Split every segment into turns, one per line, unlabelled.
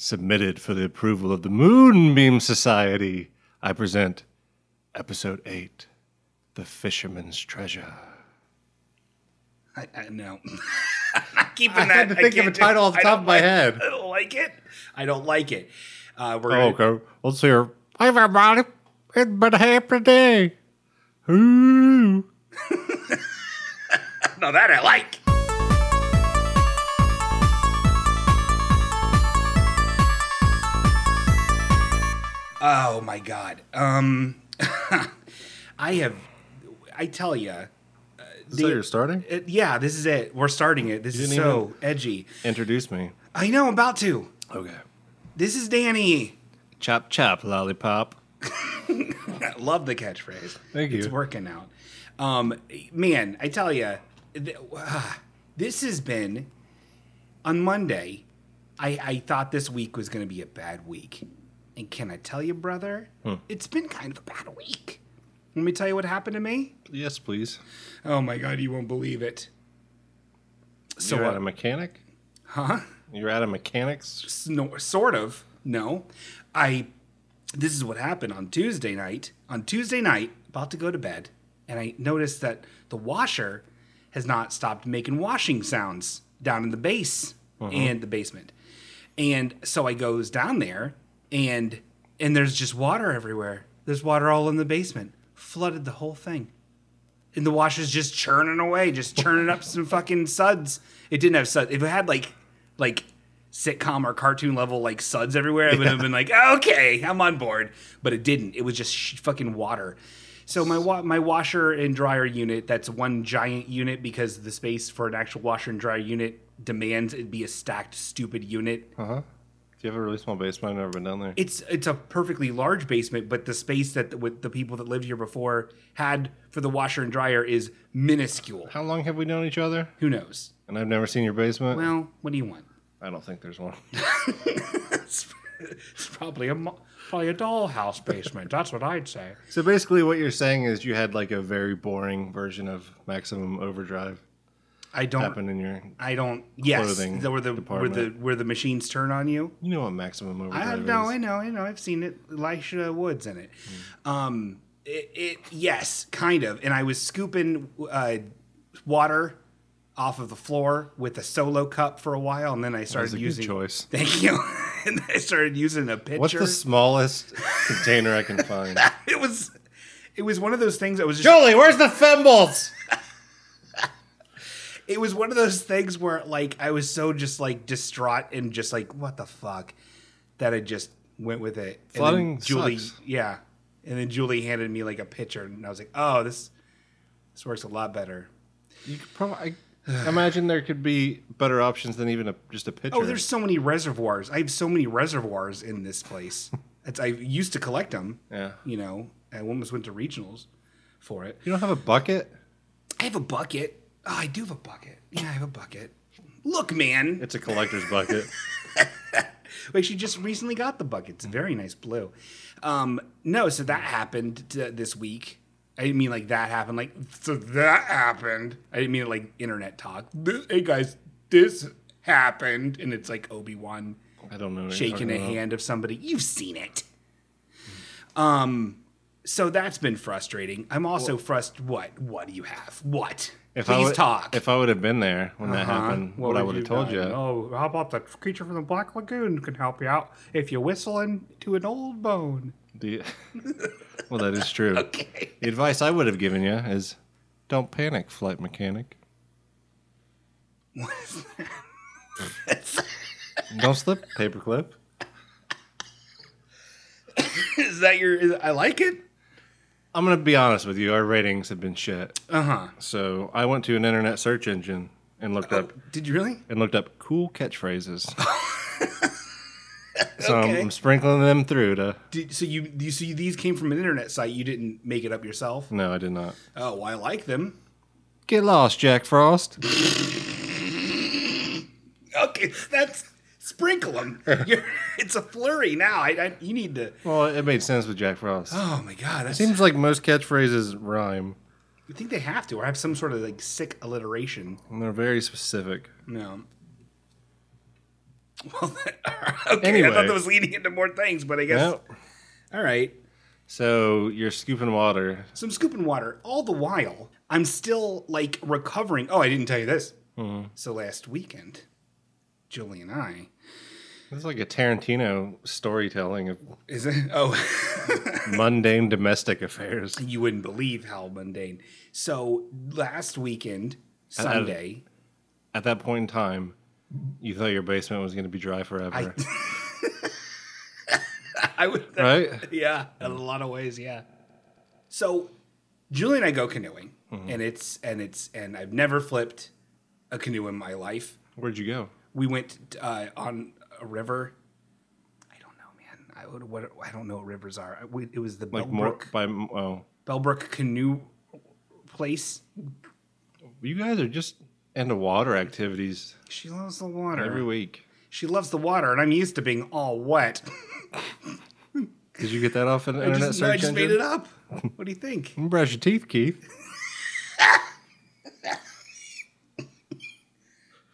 submitted for the approval of the Moonbeam Society, I present Episode 8 The Fisherman's Treasure.
I, I no. I'm not keeping
I
that.
had to think of
can't
a
do-
title off the
I
top
don't
of my
like-
head. Oh,
I don't like it. I don't like it. Uh, we're gonna,
okay. Let's hear. Hey, everybody. It's been a happy day. Ooh.
no, that I like. Oh my god. Um, I have. I tell you.
Is that you're starting?
yeah, this is it. We're starting it. This is
didn't
so edgy.
Introduce me.
I know. I'm about to.
Okay.
This is Danny.
Chop, chop, lollipop.
I love the catchphrase.
Thank
It's
you.
working out. Um, man, I tell you, this has been on Monday. I, I thought this week was going to be a bad week, and can I tell you, brother,
Hmm.
it's been kind of a bad week. Let me tell you what happened to me.
Yes, please.
Oh my God, you won't believe it. So
You're
uh,
at a mechanic?
huh?
You're at a mechanic's?
Snor- sort of. No, I. This is what happened on Tuesday night. On Tuesday night, about to go to bed, and I noticed that the washer has not stopped making washing sounds down in the base and the basement. And so I goes down there, and and there's just water everywhere. There's water all in the basement, flooded the whole thing. And the washer's just churning away, just churning up some fucking suds. It didn't have suds. If it had like like sitcom or cartoon level like suds everywhere, I would have been like, okay, I'm on board. But it didn't. It was just sh- fucking water. So my wa- my washer and dryer unit, that's one giant unit because the space for an actual washer and dryer unit demands it be a stacked stupid unit.
Do you have a really small basement? I've never been down there.
It's it's a perfectly large basement, but the space that the, with the people that lived here before had for the washer and dryer is minuscule.
How long have we known each other?
Who knows?
And I've never seen your basement?
Well, what do you want?
I don't think there's one.
It's, it's probably a mo- probably a dollhouse basement. That's what I'd say.
So basically, what you're saying is you had like a very boring version of Maximum Overdrive
I don't.
happen in your.
I don't. Yes,
Clothing
the, where the where the
department.
where the machines turn on you.
You know what Maximum Overdrive
I know,
is? Hmm.
I know, I know. I've seen it. Elisha Woods in it. Um, it, it yes, kind of. And I was scooping uh, water off of the floor with a solo cup for a while, and then I started
a good
using.
choice.
Thank you. and I started using a pitcher.
What's the smallest container I can find?
it was. It was one of those things. I was just.
Jolie, where's the thimbles?
it was one of those things where like I was so just like distraught and just like what the fuck that I just went with it. And then
Flooding
Julie,
sucks.
yeah, and then Julie handed me like a picture, and I was like, oh, this this works a lot better.
You could probably I imagine there could be better options than even a, just a pitcher.
Oh, there's so many reservoirs. I have so many reservoirs in this place. That's I used to collect them.
Yeah.
you know, I almost went to regionals for it.
You don't have a bucket?
I have a bucket. Oh, I do have a bucket. Yeah, I have a bucket. Look, man.
It's a collector's bucket.
But she just recently got the bucket. It's very nice blue. Um, no, so that happened to, this week. I didn't mean like that happened. Like so that happened. I didn't mean it like internet talk. This, hey guys, this happened, and it's like Obi Wan
I don't know. what you're
shaking
talking
a
about.
hand of somebody. You've seen it. Um, so that's been frustrating. I'm also frustrated. What? What do you have? What?
If I
Please
would,
talk. Uh-huh.
If I would have been there when that
Huh?
happened, what, I would have told
done?
you.
Oh, how about the creature from the Black Lagoon can help you out if you whistle into an old bone?
The- well, that is true.
Okay.
The advice I would have given you is don't panic, flight mechanic.
What is that?
Don't slip, paperclip.
is that your? Is, I like it.
I'm going to be honest with you. Our ratings have been shit.
Uh huh.
So I went to an internet search engine and looked up
Did you really?
and looked up cool catchphrases. so I'm-
Okay.
I'm, sprinkling them through to.
Did, so you, you so you, these came from an internet site. You didn't make it up yourself.
No, I did not.
Oh, well, I like them.
Get lost, Jack Frost.
Okay, that's sprinkle them. You're, it's a flurry now. I, I you need to.
well, it made sense with Jack Frost.
Oh my god, that's,
Seems like most catchphrases rhyme,
I think they have to or have some sort of like sick alliteration.
and they're very specific.
No. Well, okay. I
Anyway.
thought that was leading into more things, but I guess.
Well,
All right.
so you're scooping water.
So I'm scooping water. All the while, I'm still like recovering. Oh, I didn't tell you this.
Mm-hmm.
So last weekend, Julie and I.
It's like a Tarantino storytelling of
Is it? Oh,
mundane domestic affairs.
you wouldn't believe how mundane. So last weekend, Sunday,
At that point in time, you thought your basement was going to be dry forever,
I would.
right?
yeah, in a lot of ways, yeah. So, Julie and I go canoeing, and it's and it's and I've never flipped a canoe in my life.
Where'd you go?
We went uh, on a river. I don't know, man. I would, what I don't know what rivers are. I- we- It was the
Like
Bellbrook
more by oh,
Bellbrook canoe place.
you guys are just into water activities
She loves the water.
every week.
she loves the water, and I'm used to being all wet.
Did you get that off an internet
Just- no, I
search
just made
engine?
it up. What do you think?
Brush your teeth, Keith.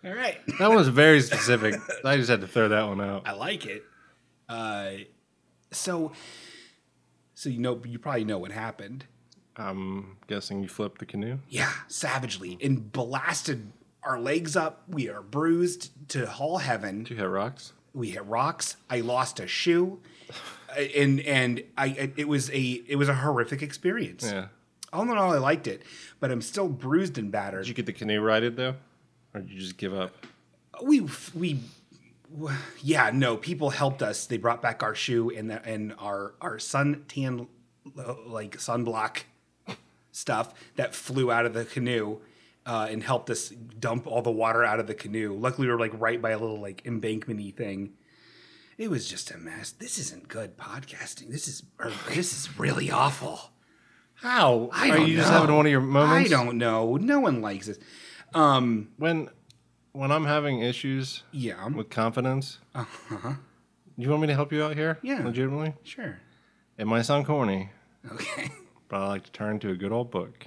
All right.
That one's very specific. I just had to throw that one out.
I like it. Uh, so, so you know, you probably know what happened.
I'm guessing you flipped the canoe.
Yeah, savagely and blasted our legs up. We are bruised to all heaven.
Did you hit rocks?
We hit rocks. I lost a shoe, Uh, and and I it was a it was a horrific experience.
Yeah.
All in all, I liked it, but I'm still bruised and battered.
Did you get the canoe righted though, or did you just give up?
we we yeah no people helped us they brought back our shoe and the, and our our sun tan like sunblock stuff that flew out of the canoe uh, and helped us dump all the water out of the canoe luckily we were like right by a little like embankmenty thing it was just a mess this isn't good podcasting this is or this is really awful
How?
I
Are
don't
you just
know.
having one of your
i
moments?
don't know no one likes it um
When, when I'm having issues
yeah
with confidence, uh-huh. you want me to help you out here?
Yeah.
Legitimately?
sure
It might sound corny,
okay
but I like to turn to a good old book.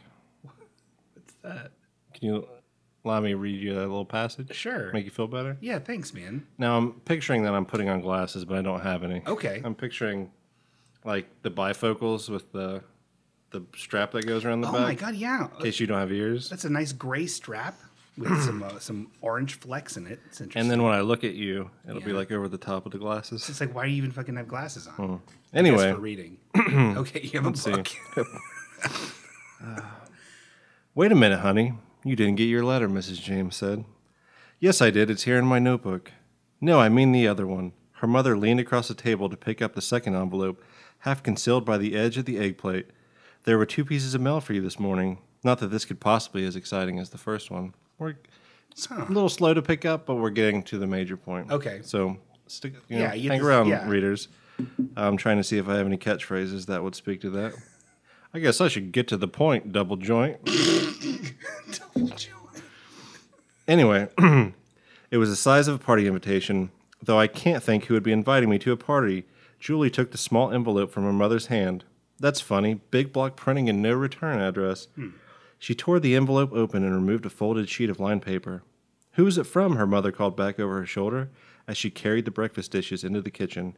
What's that? Can you allow me to read you that little passage?
Sure.
Make you feel better?
yeah thanks man
Now I'm picturing that I'm putting on glasses, but I don't have any.
Okay.
I'm picturing like the bifocals with the the strap that goes around the
Oh
back.
my god, yeah.
In case you don't have ears.
That's a nice gray strap with some uh, some orange flecks in it. It's interesting.
And then when I look at you, it'll be
Yeah.
like over the top of the glasses.
it's like, why do you even fucking have glasses on? Just
Hmm. Anyway,
for reading. okay, you have a
see.
book.
wait a minute, honey. You didn't get your letter, Mrs. James said. Yes, I did. It's here in my notebook. No, I mean the other one. Her mother leaned across the table to pick up the second envelope, half concealed by the edge of the egg plate. There were two pieces of mail for you this morning. Not that this could possibly be as exciting as the first one. We're it's a little slow to pick up, but we're getting to the major point.
Okay.
So stick, you know,
Yeah, you
hang
just-
around,
yeah.
readers. I'm trying to see if I have any catchphrases that would speak to that. I guess I should get to the point, double joint. Anyway, it was the size of a party invitation, though I can't think who would be inviting me to a party. Julie took the small envelope from her mother's hand. That's funny. Big block printing and no return address. She tore the envelope open and removed a folded sheet of lined paper. Who is it from? Her mother called back over her shoulder as she carried the breakfast dishes into the kitchen.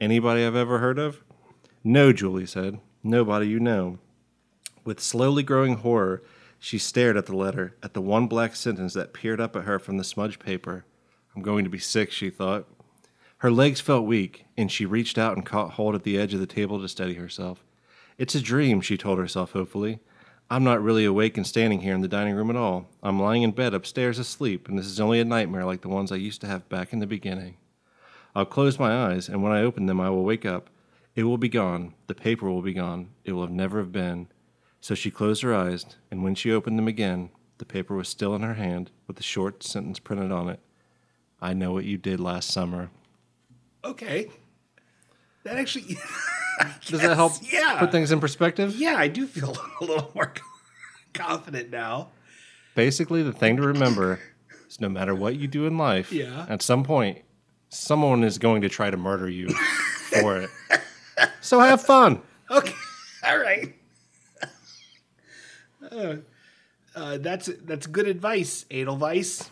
Anybody I've ever heard of? No, Julie said. Nobody you know. With slowly growing horror, she stared at the letter, at the one black sentence that peered up at her from the smudged paper. I'm going to be sick, she thought. Her legs felt weak, and she reached out and caught hold of the edge of the table to steady herself. It's a dream, she told herself hopefully. I'm not really awake and standing here in the dining room at all. I'm lying in bed upstairs asleep, and this is only a nightmare like the ones I used to have back in the beginning. I'll close my eyes, and when I open them, I will wake up. It will be gone. The paper will be gone. It will have never have been. So she closed her eyes, and when she opened them again, the paper was still in her hand with the short sentence printed on it I know what you did last summer.
okay. That actually
Does that help
yeah.
put things in perspective?
Yeah, I do feel a little more confident now.
Basically, the thing to remember is no matter what you do in life,
Yeah.
at some point, someone is going to try to murder you for it. So have fun.
Okay. All right. Uh, uh, that's that's good advice, Edelweiss.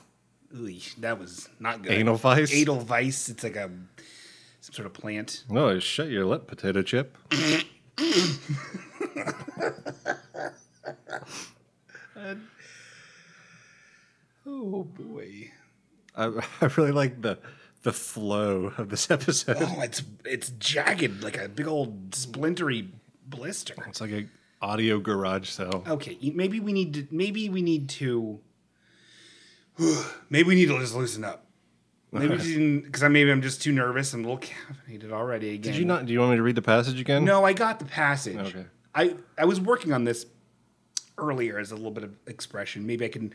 Ooh, that was not good.
Edelweiss?
Edelweiss. It's like a some sort of plant.
Oh, shut your lip, potato chip.
Oh boy.
I, I really like the the flow of this episode.
Oh, it's it's jagged like a big old splintery blister.
It's like a audio garage sale.
Okay, you- maybe we need to. Maybe we need to. maybe we need to just loosen up. Maybe because I maybe I'm just too nervous. I'm a little caffeinated already. Again.
Did you not? Do you want me to read the passage again?
No, I got the passage.
Okay.
I I was working on this earlier as a little bit of expression. Maybe I can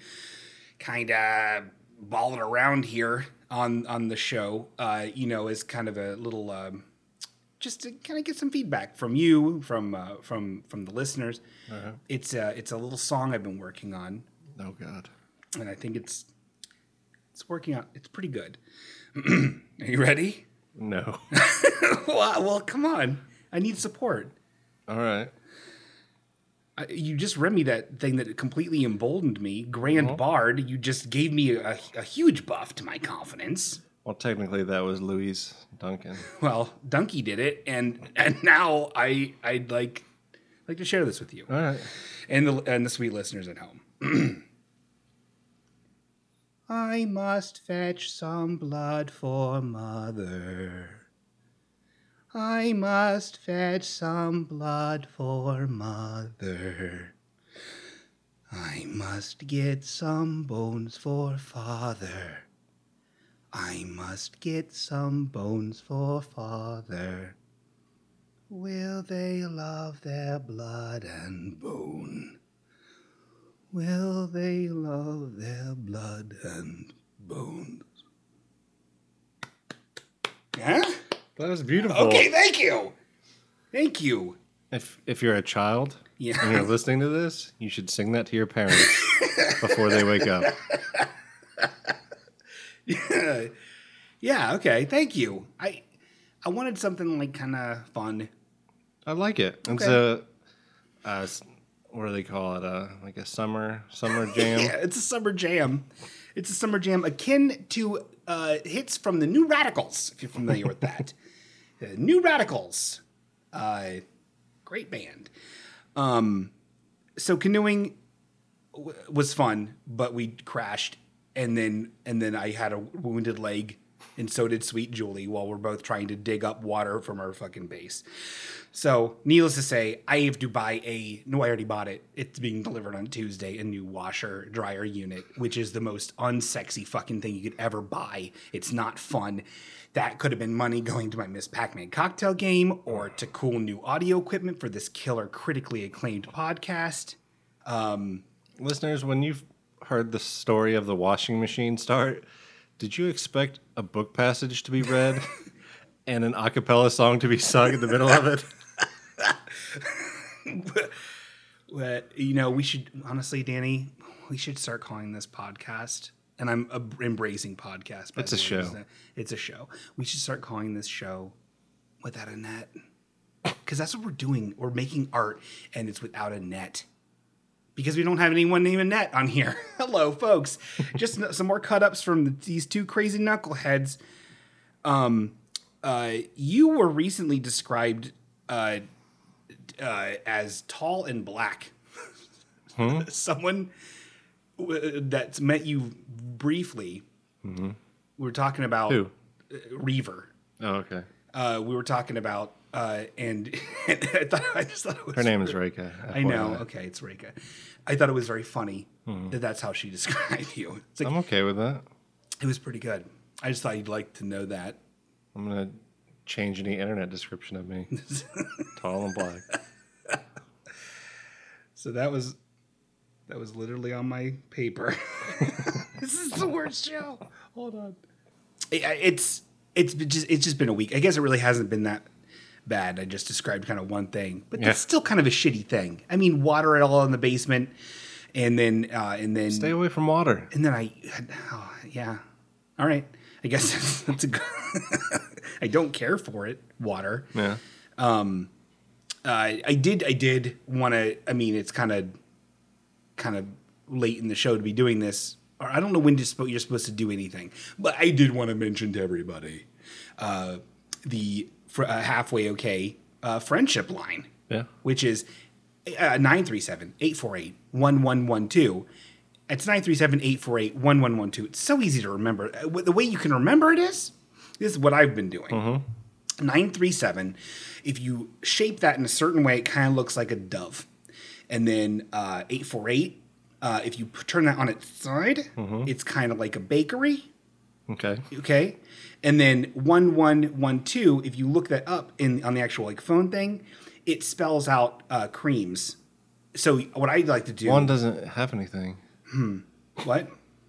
kind of ball it around here on on the show. Uh, you know, as kind of a little. Um, just to kind of get some feedback from you, from uh, from from the listeners, it's a it's a little song I've been working on,
Oh God.
and I think it's it's working out. It's pretty good. Are you ready?
No.
well, well, come on. I need support.
All right.
I- uh, you just read me that thing that completely emboldened me. Grand Bard, you just gave me a, a huge buff to my confidence.
Well, technically, that was Louise Duncan.
Well, Dunkey did it, and and now I I'd like like to share this with you
All right.
and the and the sweet listeners at home. I must fetch some blood for mother. I must fetch some blood for mother. I must get some bones for father. I must get some bones for father. Will they love their blood and bone? Will they love their blood and bones? Huh?
That was beautiful.
Okay, thank you. Thank you.
If if you're a child
Yeah.
and you're listening to this, you should sing that to your parents before they wake up.
yeah, okay, thank you. I I wanted something like kind of fun.
I like it. It's
Okay.
a, uh, s- what do they call it? Uh, like a summer summer jam.
Yeah, it's a summer jam. It's a summer jam akin to uh, hits from the New Radicals, if you're familiar with that. Uh, New Radicals, uh, great band. Um, so canoeing w- was fun, but we crashed, and then and then I had a wounded leg, and so did Sweet Julie, while we're both trying to dig up water from our fucking base. So, needless to say, I have to buy a. No, I already bought it. It's being delivered on Tuesday. A new washer dryer unit, which is the most unsexy fucking thing you could ever buy. It's not fun. That could have been money going to my Miss Pac-Man cocktail game or to cool new audio equipment for this killer, critically acclaimed podcast.
Listeners, when you've heard the story of the washing machine start, did you expect a book passage to be read and an a cappella song to be sung in the middle of it?
Uh, you know, we should honestly, Danny, we should start calling this podcast. And I'm ab- embracing podcast. By
It's a
the way,
show.
isn't it? It's a show. We should start calling this show without a net, because that's what we're doing. We're making art, and it's without a net. Because we don't have anyone named Annette on here. Hello, folks. Just n- some more cut ups from these two crazy knuckleheads. Um, uh, you were recently described uh, uh, as tall and black.
Hmm?
Someone w- that's met you briefly. We were talking about
Mm-hmm. Who?
uh, Reaver.
Oh, okay.
Uh, we were talking about, uh, and I thought I just thought it was
Her name is Reika.
I know. Okay, it's Rika. I thought it was very funny
Hmm.
that that's how she described you. It's like
I'm okay with that.
it was pretty good. I just thought you'd like to know that.
I'm gonna change any internet description of me. Tall and black.
So that was that was literally on my paper. this is the worst show. Hold on. It, I- it's it's been just it's just been a week. I guess it really hasn't been that bad. I just described kind of one thing, but
Yeah.
it's still kind of a shitty thing. I mean, water it all in the basement, and then uh, and then
Stay away from water.
and then I, oh, yeah, all right. I guess that's, that's a good. I don't care for it. Water.
Yeah.
Uh, I did. I did want to. I mean, it's kind of, kind of late in the show to be doing this or I don't know when you're supposed, you're supposed to do anything, but I did want to mention to everybody uh, the fr- uh, halfway okay uh, friendship line,
Yeah.
which is uh, 937 848 1112. It's 937 848 1112. It's so easy to remember. Uh, w- The way you can remember it is this is what I've been doing. 937 if you shape that in a certain way it kind of looks like a dove and then uh, 848 uh, if you p- turn that on its side it's kind of like a bakery
Okay.
okay and then 1112 if you look that up in on the actual like phone thing it spells out uh, creams so what i like to do
One doesn't have anything.
what?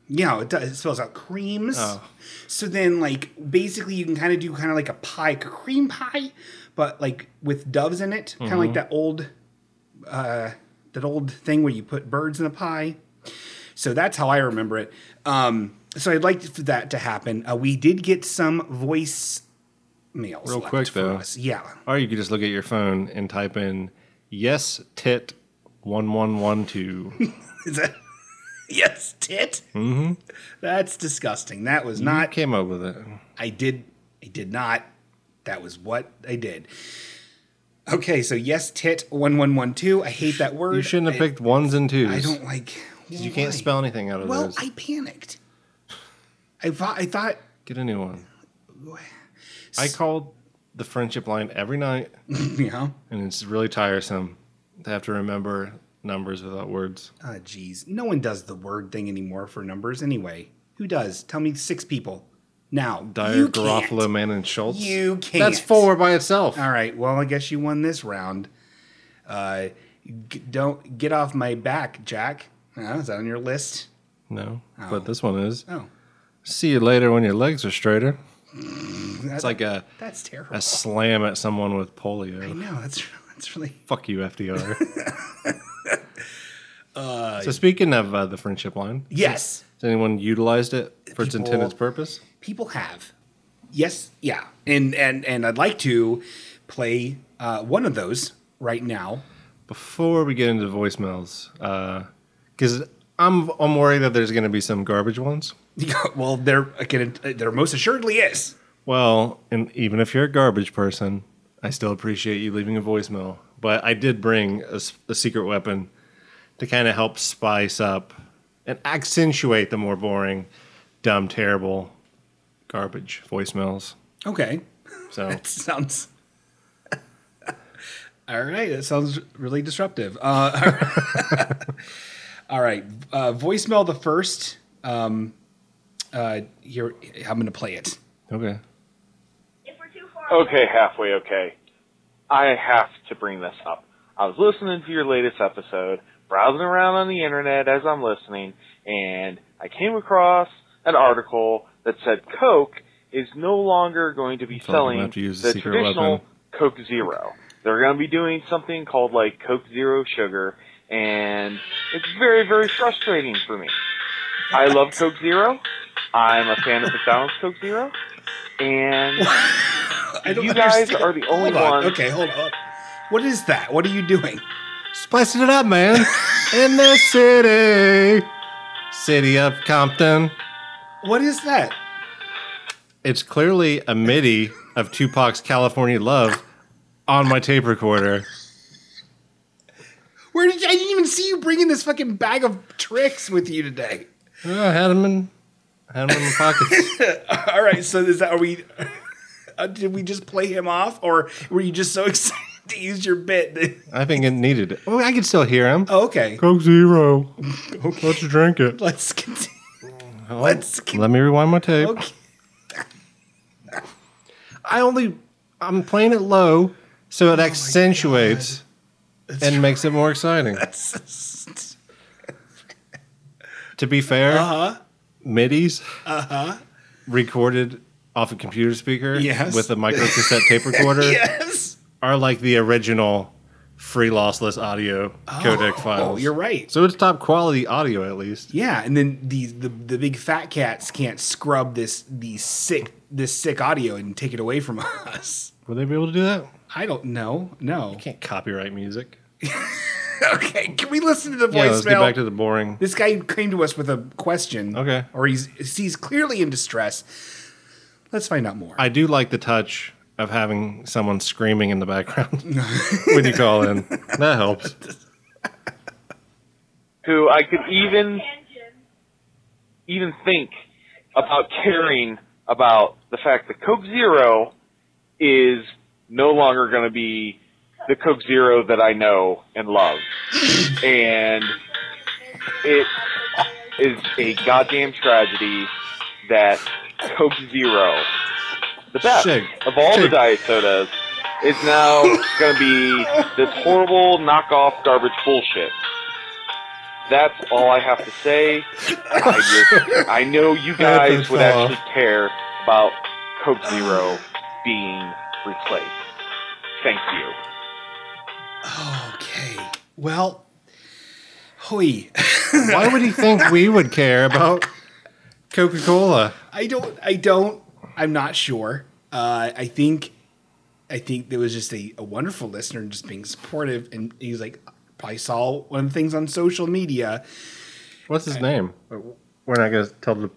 Yeah, it does. It spells out creams.
Oh.
So then, like, basically, you can kind of do kind of like a pie, a cream pie, but like with doves in it, kind of
Mm-hmm.
like that old, uh, that old thing where you put birds in a pie. So that's how I remember it. Um, so I'd like for that to happen. Uh, we did get some voice mails
Real
left
quick,
for
though.
us. Yeah,
Or you could just look at your phone and type in yes tit one one one two.
is that yes, tit? Mm-hmm. That's disgusting. That was not
I came up with it.
I did. I did not. That was what I did. Okay, so yes, tit one one one two. I hate that word.
You shouldn't have
I-
picked ones and twos.
I don't like.
You can't
why?
spell anything out of
Well,
those.
I panicked. I thought. I thought.
Get a new one. I called the friendship line every night,
You know.
and it's really tiresome to have to remember numbers without words.
Ah, jeez. No one does the word thing anymore for numbers anyway. Who does? Tell me six people now.
Dyer,
you can't.
Garofalo, Manning, Schultz.
You
That's
can't.
four by itself.
All right. Well, I guess you won this round. Uh, g- don't get off my back, Jack. Uh, is that on your list?
No, but this one is.
Oh,
See you later when your legs are straighter.
Mm, that-
It's like a,
that's terrible.
a slam at someone with
I
polio.
know that's that's really
Fuck you, FDR. so speaking of uh, the friendship line,
yes.
has anyone utilized it for its
People-
intended purpose?
People have yes, yeah, and and and I'd like to play uh, one of those right now.
Before we get into voicemails, because I'm I'm worried that there's going to be some garbage ones.
well, there again, there most assuredly is.
Well, and even if you're a garbage person, I still appreciate you leaving a voicemail. But I did bring a, s- a secret weapon to kind of help spice up and accentuate the more boring, dumb, terrible, garbage voicemails.
Okay,
So
that sounds. All right, that sounds really disruptive. Uh, all right, uh, voicemail the first. Um, uh, here, I'm going to play it.
okay,
If we're too far away-
Okay, halfway okay. I have to bring this up. I was listening to your latest episode, browsing around on the internet as I'm listening, and I came across an article that said Coke is no longer going to be
Felt like I'm
selling
gonna have to use the
the
secret
traditional
weapon.
Coke Zero. They're going to be doing something called like Coke Zero Sugar, and it's very, very frustrating for me. I love Coke Zero. I'm a fan of McDonald's Coke Zero, and
I don't
you guys
understand.
are the only
Hold on.
ones.
Okay, hold on. What is that? What are you doing?
spicing it up, man. In the city, city of Compton.
What is that?
It's clearly a MIDI of Tupac's "California Love" on my tape recorder.
Where did you, I didn't even see you bringing this fucking bag of tricks with you today.
Oh, I had them in, I had 'em in my pockets.
All right, so is that are we? Uh, did we just play him off, or were you just so excited to use your bit? that-
I think it needed it. Oh, I can still hear him.
Oh, okay,
Coke Zero. Let's drink it.
let's continue.
Oh.
Let's con-
Let me rewind my tape.
okay.
I only, I'm playing it low, so it accentuates and makes it more exciting. to be fair, uh-huh. MIDI's uh-huh. recorded off a computer speaker
Yes.
with a micro cassette tape recorder
Yes.
are like the original free lossless audio codec files.
Oh, you're right.
So it's top quality audio at least.
Yeah, and then the, the the big fat cats can't scrub this the sick this sick audio and take it away from us.
Will they be able to do that?
I don't know. No.
Can't copyright music.
okay, can we listen to the voicemail?
Yeah, let's get back to the boring.
This guy came to us with a question.
Okay.
Or he's he's clearly in distress. Let's find out more.
I do like the touch of having someone screaming in the background when you call in. That helps.
Who I could even even think about caring about the fact that Coke Zero is no longer going to be the Coke Zero that I know and love. and it is a goddamn tragedy that Coke Zero, the best
Shake.
of all the
Shake.
diet sodas, is now going to be this horrible knockoff garbage bullshit. That's all I have to say. I, just, I know you guys would
fell off.
actually care about Coke Zero being replaced. Thank you.
Okay. Well, hoy.
Why would he think we would care about Coca Cola?
I don't. I don't. I'm not sure. Uh, I think. I think there was just a, a wonderful listener and just being supportive, and he was like, probably saw one of the things on social media.
What's his name? We're not going to tell the.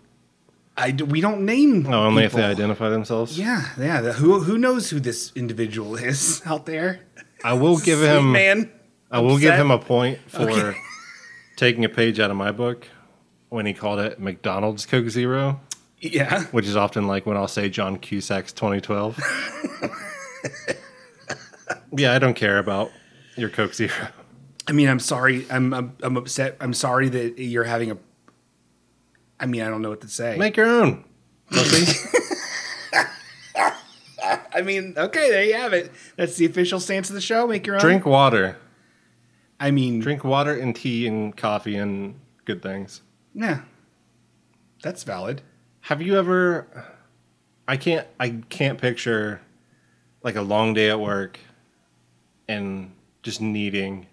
I d- we don't name.
Oh, only if they
people.
identify themselves.
Yeah, yeah. the- who who knows who this individual is out there?
I will give him.
man.
I will give
upset.
him a point for taking a page out of my book when he called it McDonald's Coke Zero,
Yeah.
which is often like when I'll say John Cusack's 2012. yeah, I don't care about your Coke Zero.
I mean, I'm sorry. I'm, I'm I'm upset. I'm sorry that you're having a. I mean, I don't know what to say.
Make your own. pussy.
I mean, okay, there you have it. That's the official stance of the show. Make your own.
Drink water.
I mean,
Drink water and tea and coffee and good things.
Yeah. That's valid.
Have you ever I can't I can't picture like a long day at work and just needing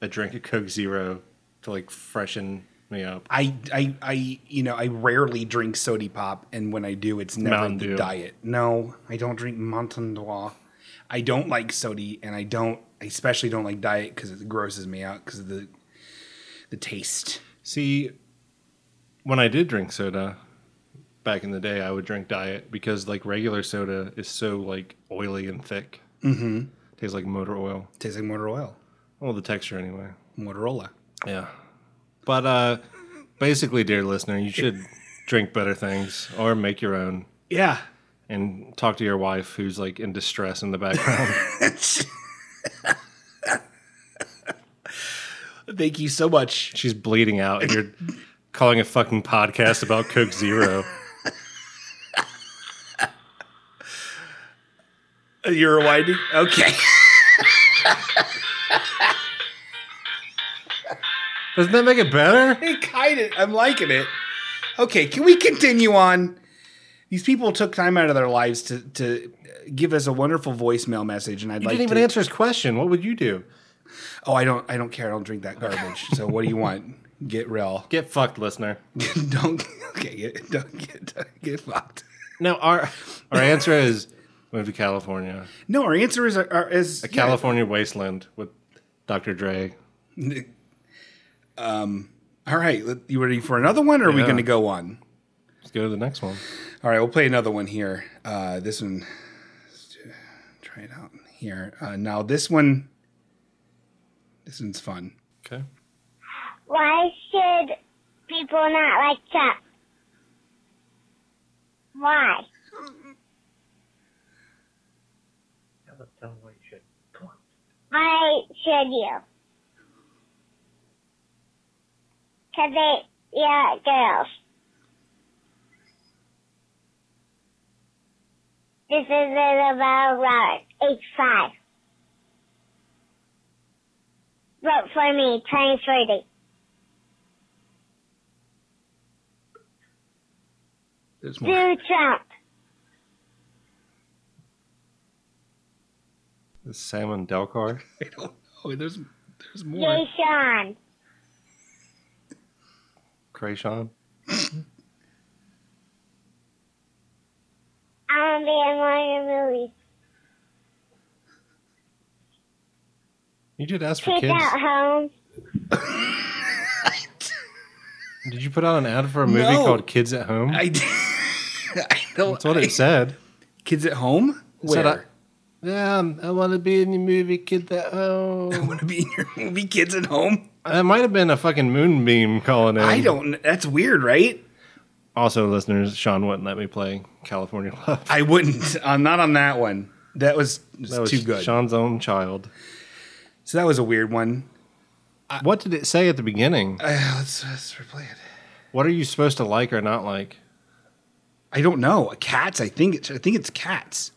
a drink of Coke Zero to like freshen me up.
I, I, I, you know, I rarely drink sody pop, and when I do, it's never
Mountain
the
Dew.
diet. No, I don't drink Mountain Dew. I don't like sody, and I don't, I especially don't like diet because it grosses me out because of the, the taste.
See, when I did drink soda back in the day, I would drink diet because like regular soda is so like oily and thick. Mm-hmm. Tastes like motor oil.
Tastes like motor oil,
Well, the texture anyway.
Motorola.
Yeah. But uh basically, dear listener, you should drink better things or make your own
Yeah.
and talk to your wife who's like in distress in the background.
Thank you so much.
She's bleeding out and you're calling a fucking podcast about Coke Zero.
Uh, You're rewinding. Okay.
Doesn't that make it better?
kind of. I'm liking it. Okay, can we continue on? These people took time out of their lives to to give us a wonderful voicemail message, and I'd
You
like
didn't even
to.
answer his question. What would you do?
Oh, I don't. I don't care. I don't drink that garbage. so what do you want? Get real.
Get fucked, listener.
don't. Okay. Get, don't get. Don't get fucked.
No, our our answer is move to California.
No, our answer is our, is
A
yeah.
California wasteland with Dr. Dre.
um, All right. let- You ready for another one, or are we
Yeah.
going to go on?
Let's go to the next one.
All right, we'll play another one here. Uh, this one, try it out here. Uh, now this one, this one's fun.
Okay.
Why should people not like Chuck? Why? Why should you? Cause they, yeah, girls. This is about Robert, age five. Vote for me, 2030.
There's more.
Do Trump.
This Salmon Delcar.
I don't know. There's there's more.
Yay, Sean.
Krayshawn.
I want to be in one of your movies.
You did ask for
kids
kids.
at home?
Did you put out an ad for a movie
No.
called Kids at Home?
I, I don't.
That's what it said.
Kids at home?
It said,
Where?
I, yeah, um, I want to be in the movie Kids at
I
Home.
want to be in your movie, Kids at Home.
that might have been a fucking moonbeam calling in.
I don't. That's weird, right?
Also, listeners, Sean wouldn't let me play California Love.
I wouldn't. I'm not on that one. That was, it's
That was
too good.
Sean's own child.
So that was a weird one.
what did it say at the beginning?
Uh, let's, let's replay it.
What are you supposed to like or not like?
I don't know. Cats. I think it's. I think it's cats.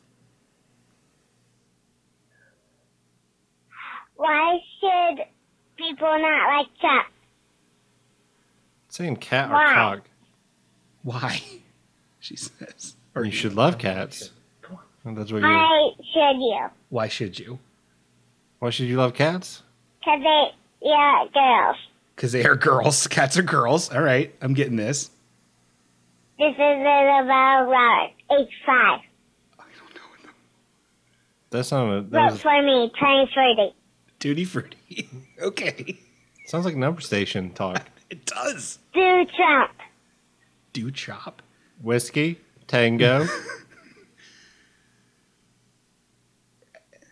Why should people not like cats?
It's saying cat or
Wow.
cock.
Why? She says.
Or you should love cats. And That's what you.
Why should you?
Why should you?
Why should you love cats?
Because they, yeah, girls.
Because they are girls. Cats are girls. All right. I'm getting this.
This is about Robert, age five.
I don't know. what the-
That's not. A, that
Look
was,
for me, playing for the
Tutti frutti. okay.
sounds like number station talk.
It does.
do jump.
Do chop.
Whiskey, tango.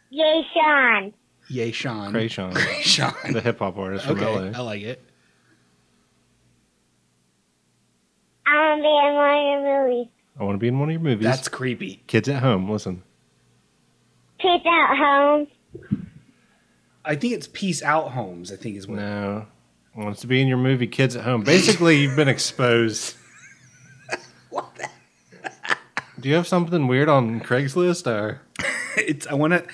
Yay, Sean.
Yay, Sean.
Krayshawn,
Great, Sean.
the hip hop artist from
Okay. I
LA.
like it.
I want to be in one of your movies.
I want to be in one of your movies.
That's creepy.
Kids at home, listen.
Kids at home.
I think it's peace out homes. I think is what.
No. Wants to be in your movie, Kids at Home. Basically, you've been exposed.
What the-
Do you have something weird on Craigslist or?
It's. I want to.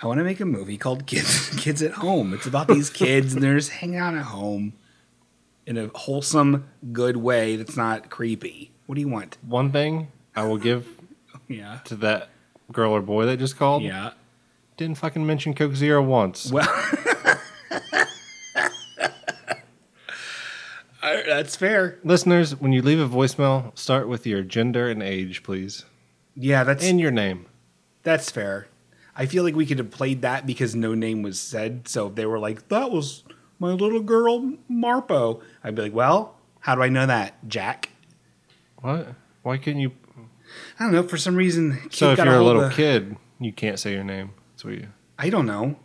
I want to make a movie called Kids Kids at Home. It's about these kids and they're just hanging out at home in a wholesome, good way that's not creepy. What do you want?
One thing I will give
Yeah.
to that girl or boy that just called.
Yeah.
Didn't fucking mention Coke Zero once.
Well, I- that's fair.
Listeners, when you leave a voicemail, start with your gender and age, please.
Yeah, that's
And your name.
that's fair. I feel like we could have played that because no name was said. So if they were like, "That was my little girl Marpo," I'd be like, "Well, how do I know that, Jack?"
What? Why couldn't you?
I don't know. For some reason, kid
So if
got
you're a
hold
little
of-
kid, you can't say your name. That's what you,
I don't know.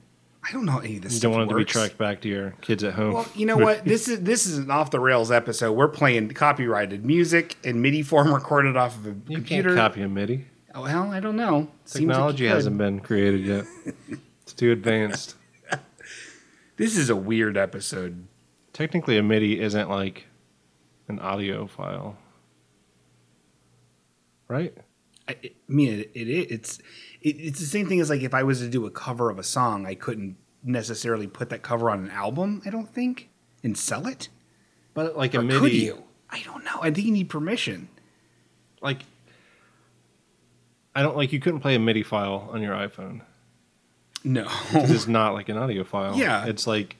I don't know how any of this.
you don't
stuff
want it to be
works.
tracked back to your kids at home.
Well, you know what? This is this is an off the rails episode. We're playing copyrighted music in MIDI form, recorded off of a
You
computer.
can't copy a MIDI.
Oh, hell, I don't know. Seems like you
Technology
could.
hasn't been created yet. it's too advanced.
This is a weird episode.
Technically, a MIDI isn't like an audio file, right?
I, I mean, it, it it's it, it's the same thing as like if I was to do a cover of a song, I couldn't necessarily put that cover on an album. I don't think and sell it.
But like a
Or
MIDI,
could you? I don't know. I think you need permission.
like I don't like you couldn't play a MIDI file on your iPhone.
No.
It's not like an audio file.
Yeah.
it's like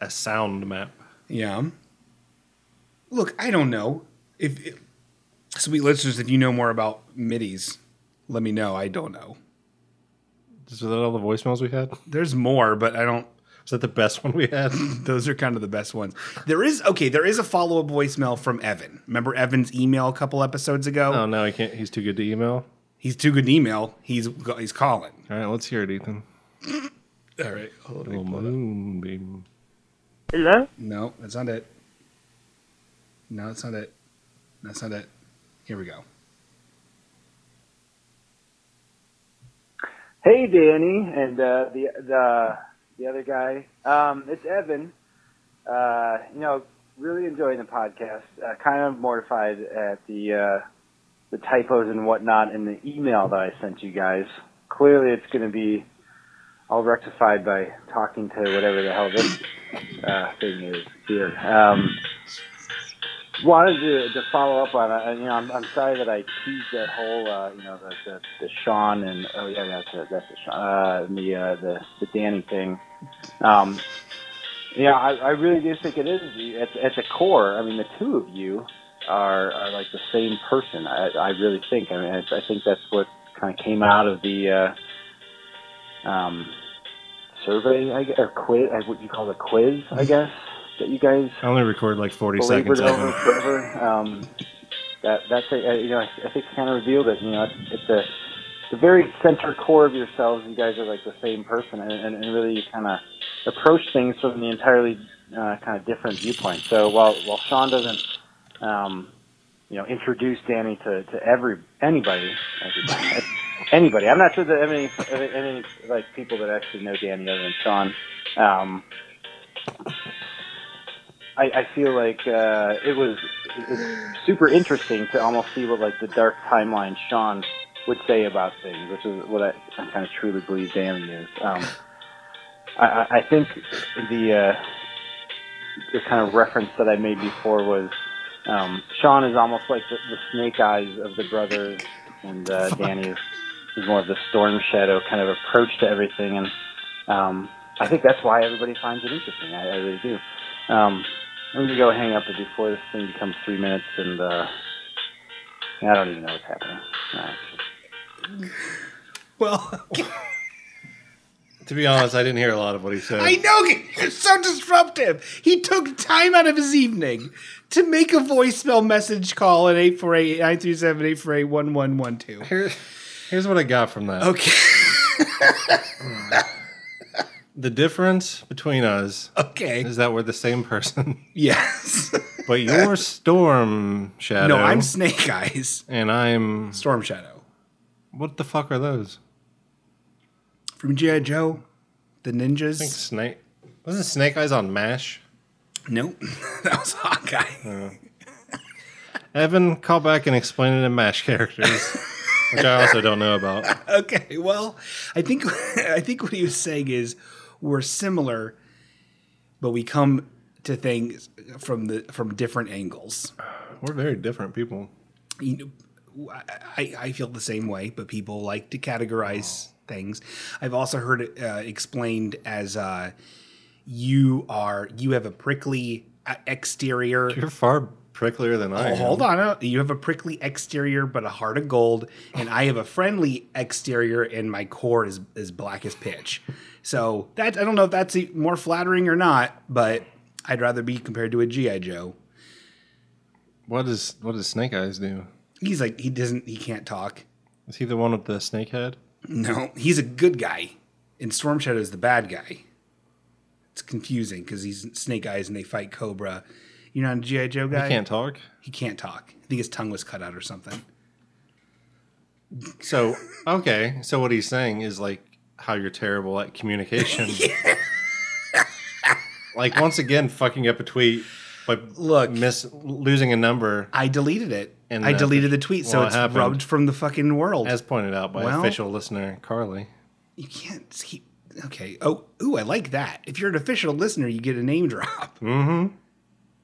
a sound map.
Yeah. Look, I don't know. If, if sweet listeners, if you know more about midis, let me know. I don't know.
Is that all the voicemails we had?
There's more, but I don't.
Is that the best one we had?
Those are kind of the best ones. There is okay. There is a follow up voicemail from Evan. Remember Evan's email a couple episodes ago?
oh no, he can't. He's too good to email.
He's too good to email. He's he's calling.
All right, let's hear it, Ethan.
All right, hold
Little moonbeam.
Hello?
No, that's not it. No, that's not it. That's not it. Here we go.
Hey, Danny, and uh, the the the other guy. Um, it's Evan. Uh, you know, really enjoying the podcast. Uh, kind of mortified at the uh, the typos and whatnot in the email that I sent you guys. Clearly, it's going to be all rectified by talking to whatever the hell this uh, thing is here. Um, wanted to, to follow up on, uh, you know, I'm, I'm sorry that I teased that whole, uh, you know, the, the, the Sean and oh yeah, that's it, that's the Sean, uh, and the, uh, the the Danny thing. Um, yeah, I, I really do think it is the- at, at the core. I mean, the two of you are, are like the same person. I, I really think. I mean, I, I think that's what kind of came out of the uh, um, survey, I guess, or quiz, like what you call a quiz, I guess, that you guys
I only record like 40
belabored
seconds of
over
it.
forever. Um, that that's a, uh, you know I, I think kind of revealed it. You know, it's, it's the the very center core of yourselves. You guys are like the same person, and, and, and really kind of approach things from the entirely uh, kind of different viewpoint. So while while Sean doesn't. Um, you know, introduce Danny to, to every anybody, everybody, anybody. I'm not sure that any any like people that actually know Danny other than Sean. Um, I, I feel like uh, it was it's super interesting to almost see what like the dark timeline Sean would say about things, which is what I, I kind of truly believe Danny is. Um, I, I I think the uh, the kind of reference that I made before was um, Sean is almost like the, the snake eyes of the brothers, and uh, Danny is, is more of the storm shadow kind of approach to everything. And um, I think that's why everybody finds it interesting. I, I really do. Um, I'm gonna go hang up before this thing becomes three minutes, and uh, I don't even know what's happening. All right.
Well,
To be honest, I didn't hear a lot of what he said.
I know you're so disruptive. He took time out of his evening to make a voicemail message call at 848 937 848 1112.
Here- here's what I got from that.
Okay.
The difference between us
Okay.
is that we're the same person,
Yes.
but you're Storm Shadow.
No, I'm Snake Eyes.
And I'm.
Storm Shadow.
What the fuck are those?
From G.I. Joe, the ninjas.
I think Snake. Wasn't Snake Eyes on MASH?
Nope. that was Hawkeye.
Evan, call back and explain it in MASH characters, which I also don't know about.
Okay. Well, I think I think what he was saying is we're similar, but we come to things from the from different angles.
We're very different people.
you know, I, I feel the same way, but people like to categorize things. I've also heard it uh, explained as uh, you are you have a prickly uh, exterior.
You're far pricklier than I
Oh,
am.
hold on, uh, you have a prickly exterior but a heart of gold, and I have a friendly exterior, and my core is is black as pitch. So that I don't know if that's e- more flattering or not, but I'd rather be compared to a GI Joe.
What does what does Snake Eyes do?
He's like he doesn't he can't talk.
Is he the one with the snake head?
No, he's a good guy, and Storm Shadow is the bad guy. It's confusing because he's Snake Eyes and they fight Cobra. You're not a GI Joe guy.
He can't talk.
He can't talk. I think his tongue was cut out or something.
So okay, so what he's saying is like how you're terrible at communication. like once again, fucking up a tweet by
Look.
miss losing a number
I deleted it.
And
I
that-
deleted the tweet, so
well, it
it's
happened.
rubbed from the fucking world.
as pointed out by
Well-
official listener Carly.
you can't keep. Okay. Oh, ooh, I like that. If you're an official listener, you get a name drop.
Hmm?
Mm-hmm.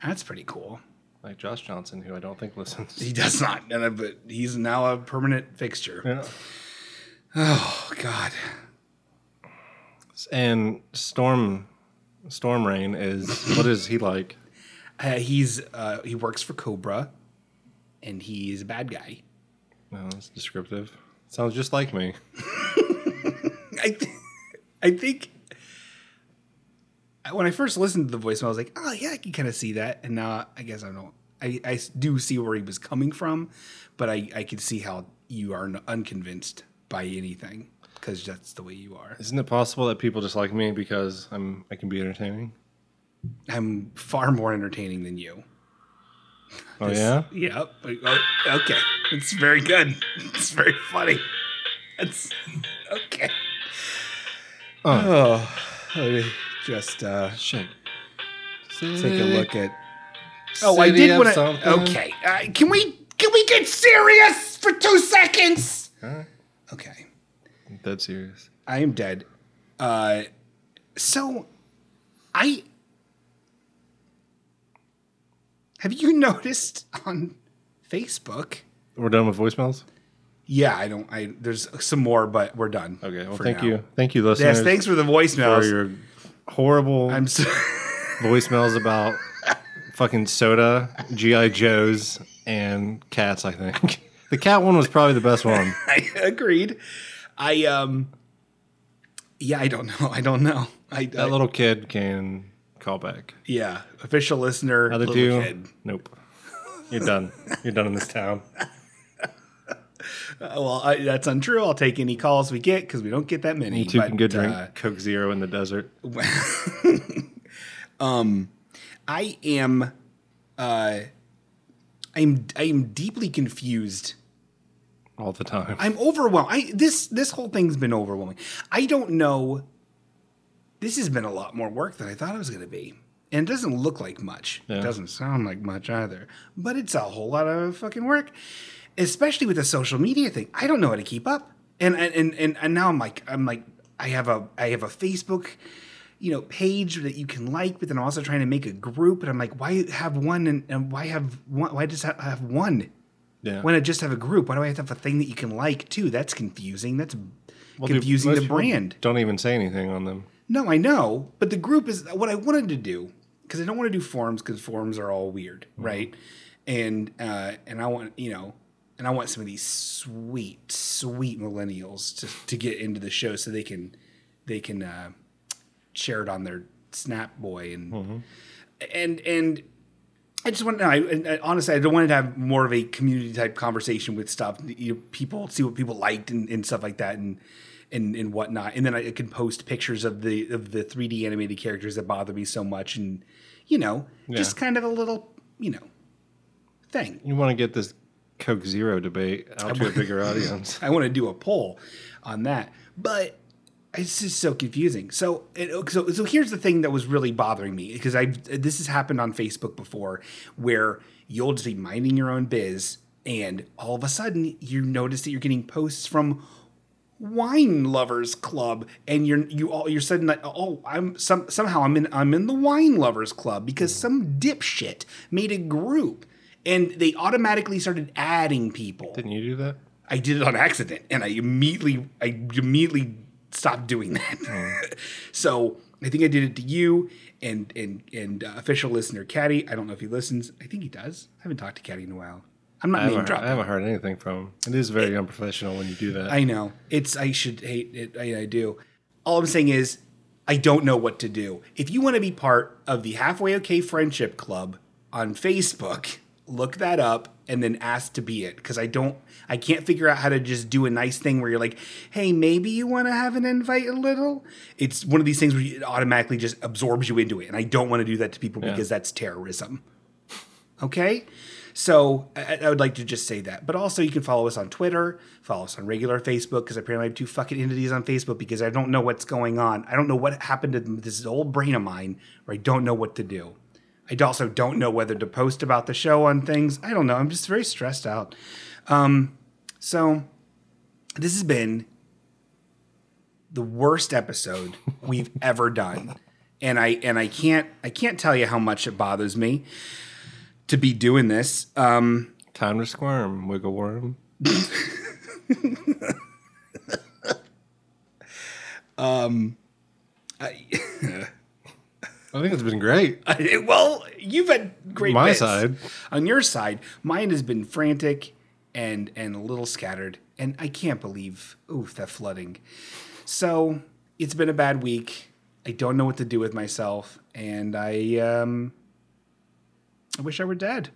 That's pretty cool.
Like Josh Johnson, who I don't think listens.
He does not, no, no, but he's now a permanent fixture.
Yeah.
Oh God.
And Storm Storm Rain is what is he like?
Uh, he's uh, he works for Cobra, and he's a bad guy.
No, it's descriptive. Sounds just like me.
I, th- I think I- when I first listened to the voicemail, I was like, "Oh yeah, I can kind of see that." And now I guess I don't. I, I s- do see where he was coming from, but I I could see how you are n- unconvinced by anything because that's the way you are.
Isn't it possible that people just like me because I'm I can be entertaining?
I'm far more entertaining than you.
Oh yeah?
Yep. Oh, Okay. It's very good. It's very funny. It's okay. Oh, let me just uh,
Shit.
take a look at. Mm. Oh, I did want to. Okay. Uh, can we can we get serious for two seconds? Okay.
Dead serious.
I am dead. Uh, so, I have you noticed on Facebook?
We're done with voicemails.
Yeah, I don't. I there's some more, but we're done.
Okay. Well,
for
thank
now.
you, thank you,
Yes,
listeners.
thanks for the
for
voicemails.
your horrible
I'm so,
voicemails about fucking soda, GI Joes, and cats. I think the cat one was probably the best one.
I agreed. I um Yeah, I don't know. I don't know. I, I
That little kid can call back.
yeah, official listener.
Other
little
two,
kid.
nope. You're done. You're done in this town.
Uh, well, I, that's untrue. I'll take any calls we get because we don't get that many.
You two can
but,
go drink
uh,
Coke Zero in the desert.
um, I am, uh, I'm, I'm deeply confused.
all the time.
I'm overwhelmed. I this this whole thing's been overwhelming. I don't know. This has been a lot more work than I thought it was going to be, and it doesn't look like much.
Yeah.
It doesn't sound like much either, but it's a whole lot of fucking work, especially with the social media thing. I don't know how to keep up, and and and and, and now I'm like I'm like I have a I have a Facebook. You know, page that you can like, but then I'm also trying to make a group. And I'm like, why have one and, and why have one? Why just have, have one?
yeah.
when I just have a group? Why do I have to have a thing that you can like too? That's confusing. That's
Well, dude,
confusing
most
the
people
brand.
Don't even say anything on them.
No, I know, but the group is what I wanted to do because I don't want to do forums because forums are all weird,
Mm-hmm.
right? And uh, and I want you know, and I want some of these sweet, sweet millennials to to get into the show so they can they can uh, share it on their Snap Boy and and and I just want to know. I, and, uh, honestly, I don't want to have more of a community type conversation with stuff. You know, people see what people liked and, and stuff like that, and and and whatnot. And then I can post pictures of the of the three D animated characters that bother me so much, and you know, just
Yeah.
kind of a little you know thing.
You want to get this Coke Zero debate out to a bigger audience.
I want to do a poll on that, but it's just so confusing. So, it, so, so here's the thing that was really bothering me because I this has happened on Facebook before, where you'll just be minding your own biz, and all of a sudden you notice that you're getting posts from wine lovers club and you're you all you're sudden like oh i'm some somehow i'm in i'm in the wine lovers club because some dipshit made a group and they automatically started adding people
Didn't you do that?
I did it on accident, and I immediately I immediately stopped doing that. so I think I did it to you and and and uh, official listener Caddy. I don't know if he listens. I think he does. I haven't talked to Caddy in a while. I'm
I
not name
haven't, I
dropping.
haven't heard anything from him. It is very unprofessional when you do that.
I know it's. I should hate it. I, I do. All I'm saying is, I don't know what to do. If you want to be part of the Halfway Okay Friendship Club on Facebook, look that up and then ask to be it. Because I don't. I can't figure out how to just do a nice thing where you're like, hey, maybe you want to have an invite a little. It's one of these things where it automatically just absorbs you into it, and I don't want to do that to people
Yeah.
because that's terrorism. Okay. So I, I would like to just say that. But also, you can follow us on Twitter, follow us on regular Facebook, because apparently I'm two fucking entities on Facebook because I don't know what's going on. I don't know what happened to this old brain of mine where I don't know what to do. I also don't know whether to post about the show on things. I don't know. I'm just very stressed out. Um, so this has been the worst episode we've ever done. And I and I can't I can't tell you how much it bothers me to be doing this. Um,
Time to squirm, wiggle worm. I think it's been great.
well, you've had great
My
bits.
side.
On your side, mine has been frantic and and a little scattered, and I can't believe oof that flooding. So it's been a bad week. I don't know what to do with myself, and I um, I wish I were dead.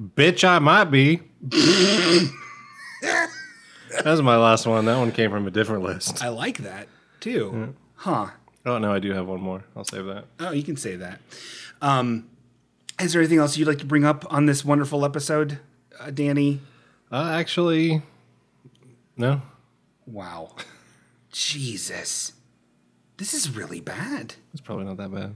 Bitch, I might be. that was my last one. That one came from a different list.
I like that too, huh?
Oh, no, I do have one more. I'll save that.
Oh, you can say that. Um, is there anything else you'd like to bring up on this wonderful episode, uh, Danny?
Uh, actually, no.
Wow. Jesus. This is really bad.
It's probably not that bad.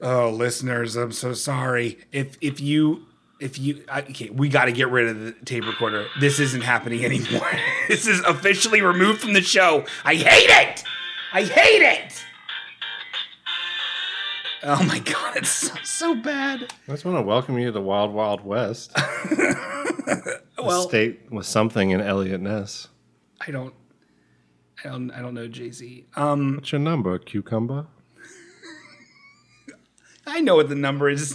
Oh, listeners, I'm so sorry. If if you if you I, okay, we got to get rid of the tape recorder. This isn't happening anymore. this is officially removed from the show. I hate it. I hate it. Oh my god, it's so, so bad.
I just want to welcome you to the Wild Wild West.
Well,
state with something in Elliot Ness.
I don't I don't I don't know Jay-Z. Um
What's your number, cucumber?
I know what the number is. It's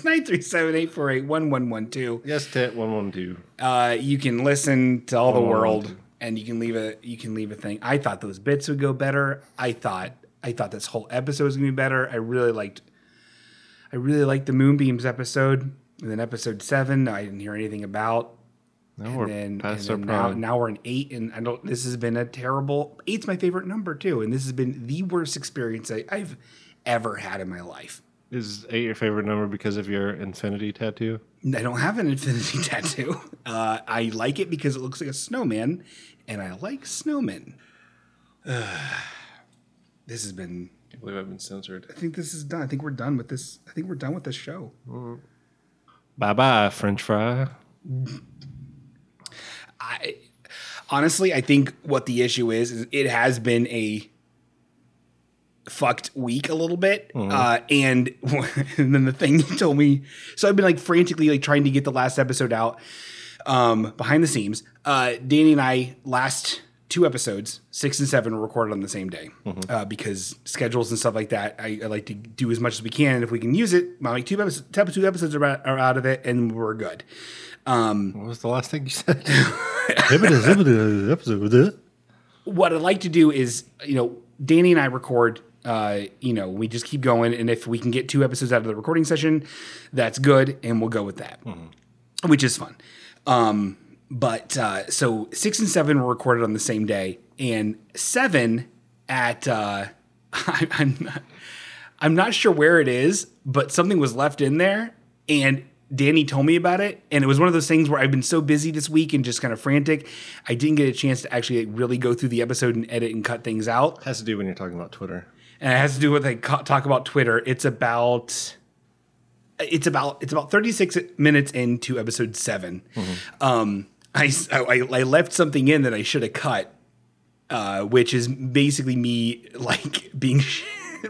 937-848-1112.
Yes, tit one one two.
Uh, you can listen to all the
Oh,
world
dude.
and you can leave a you can leave a thing. I thought those bits would go better. I thought I thought this whole episode was gonna be better. I really liked I really liked the Moonbeams episode. And then episode seven, I didn't hear anything about.
Now
And
we're
then, and
past our
then now,
prime.
now we're in eight, and I don't. This has been a terrible. Eight's my favorite number too, and this has been the worst experience I, I've ever had in my life.
Is eight your favorite number because of your infinity tattoo?
I don't have an infinity tattoo. Uh, I like it because it looks like a snowman, and I like snowmen. this has been.
I can't believe I've been censored.
I think this is done. I think we're done with this. I think we're done with this show.
Bye bye, French fry.
I honestly, I think what the issue is is it has been a fucked week a little bit, uh, and, and then the thing you told me. So I've been like frantically like trying to get the last episode out um, behind the scenes. Uh, Danny and I last two episodes, six and seven, were recorded on the same day uh, because schedules and stuff like that. I, I like to do as much as we can, and if we can use it, my like two episodes, two episodes are, out- are out of it, and we're good. Um,
What was the last thing you said? episode.
what I'd like to do is, you know, Danny and I record. Uh, you know, we just keep going, and if we can get two episodes out of the recording session, that's good, and we'll go with that, which is fun. Um, but uh, so six and seven were recorded on the same day, and seven at uh, I, I'm not, I'm not sure where it is, but something was left in there, and Danny told me about it, and it was one of those things where I've been so busy this week and just kind of frantic, I didn't get a chance to actually like, really go through the episode and edit and cut things out.
Has to do when you're talking about Twitter.
And it has to do with like co- talk about Twitter. It's about it's about it's about 36 minutes into episode 7 Um, I, s- I I left something in that I should have cut, uh, which is basically me like being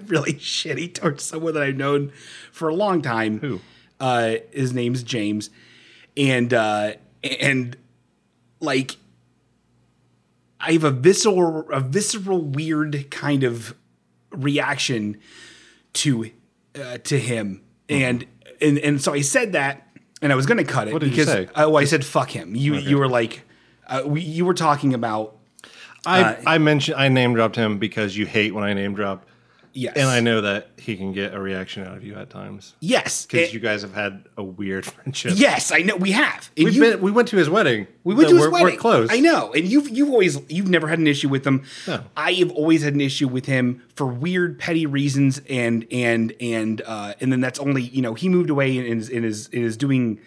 really shitty towards someone that I've known for a long time.
Who?
Uh, his name's James, and uh, and like I have a visceral a visceral weird kind of reaction to uh, to him and and and so I said that and I was going to cut
Mm-hmm.
it
What did you say?
because oh I said fuck him you you were like uh, we, you were talking about
I,
Uh,
I mentioned I name dropped him because you hate when I name drop,
yes
and I know that he can get a reaction out of you at times
yes
because
it-
you guys have had a weird friendship.
yes I know we have and
We've
you-
been, we went to his wedding.
We went
No,
to his
we're,
wedding.
We're close.
I know, and you've you've always you've never had an issue with him.
No.
I have always had an issue with him for weird petty reasons, and and and uh, and then that's only you know he moved away and is and is, and is doing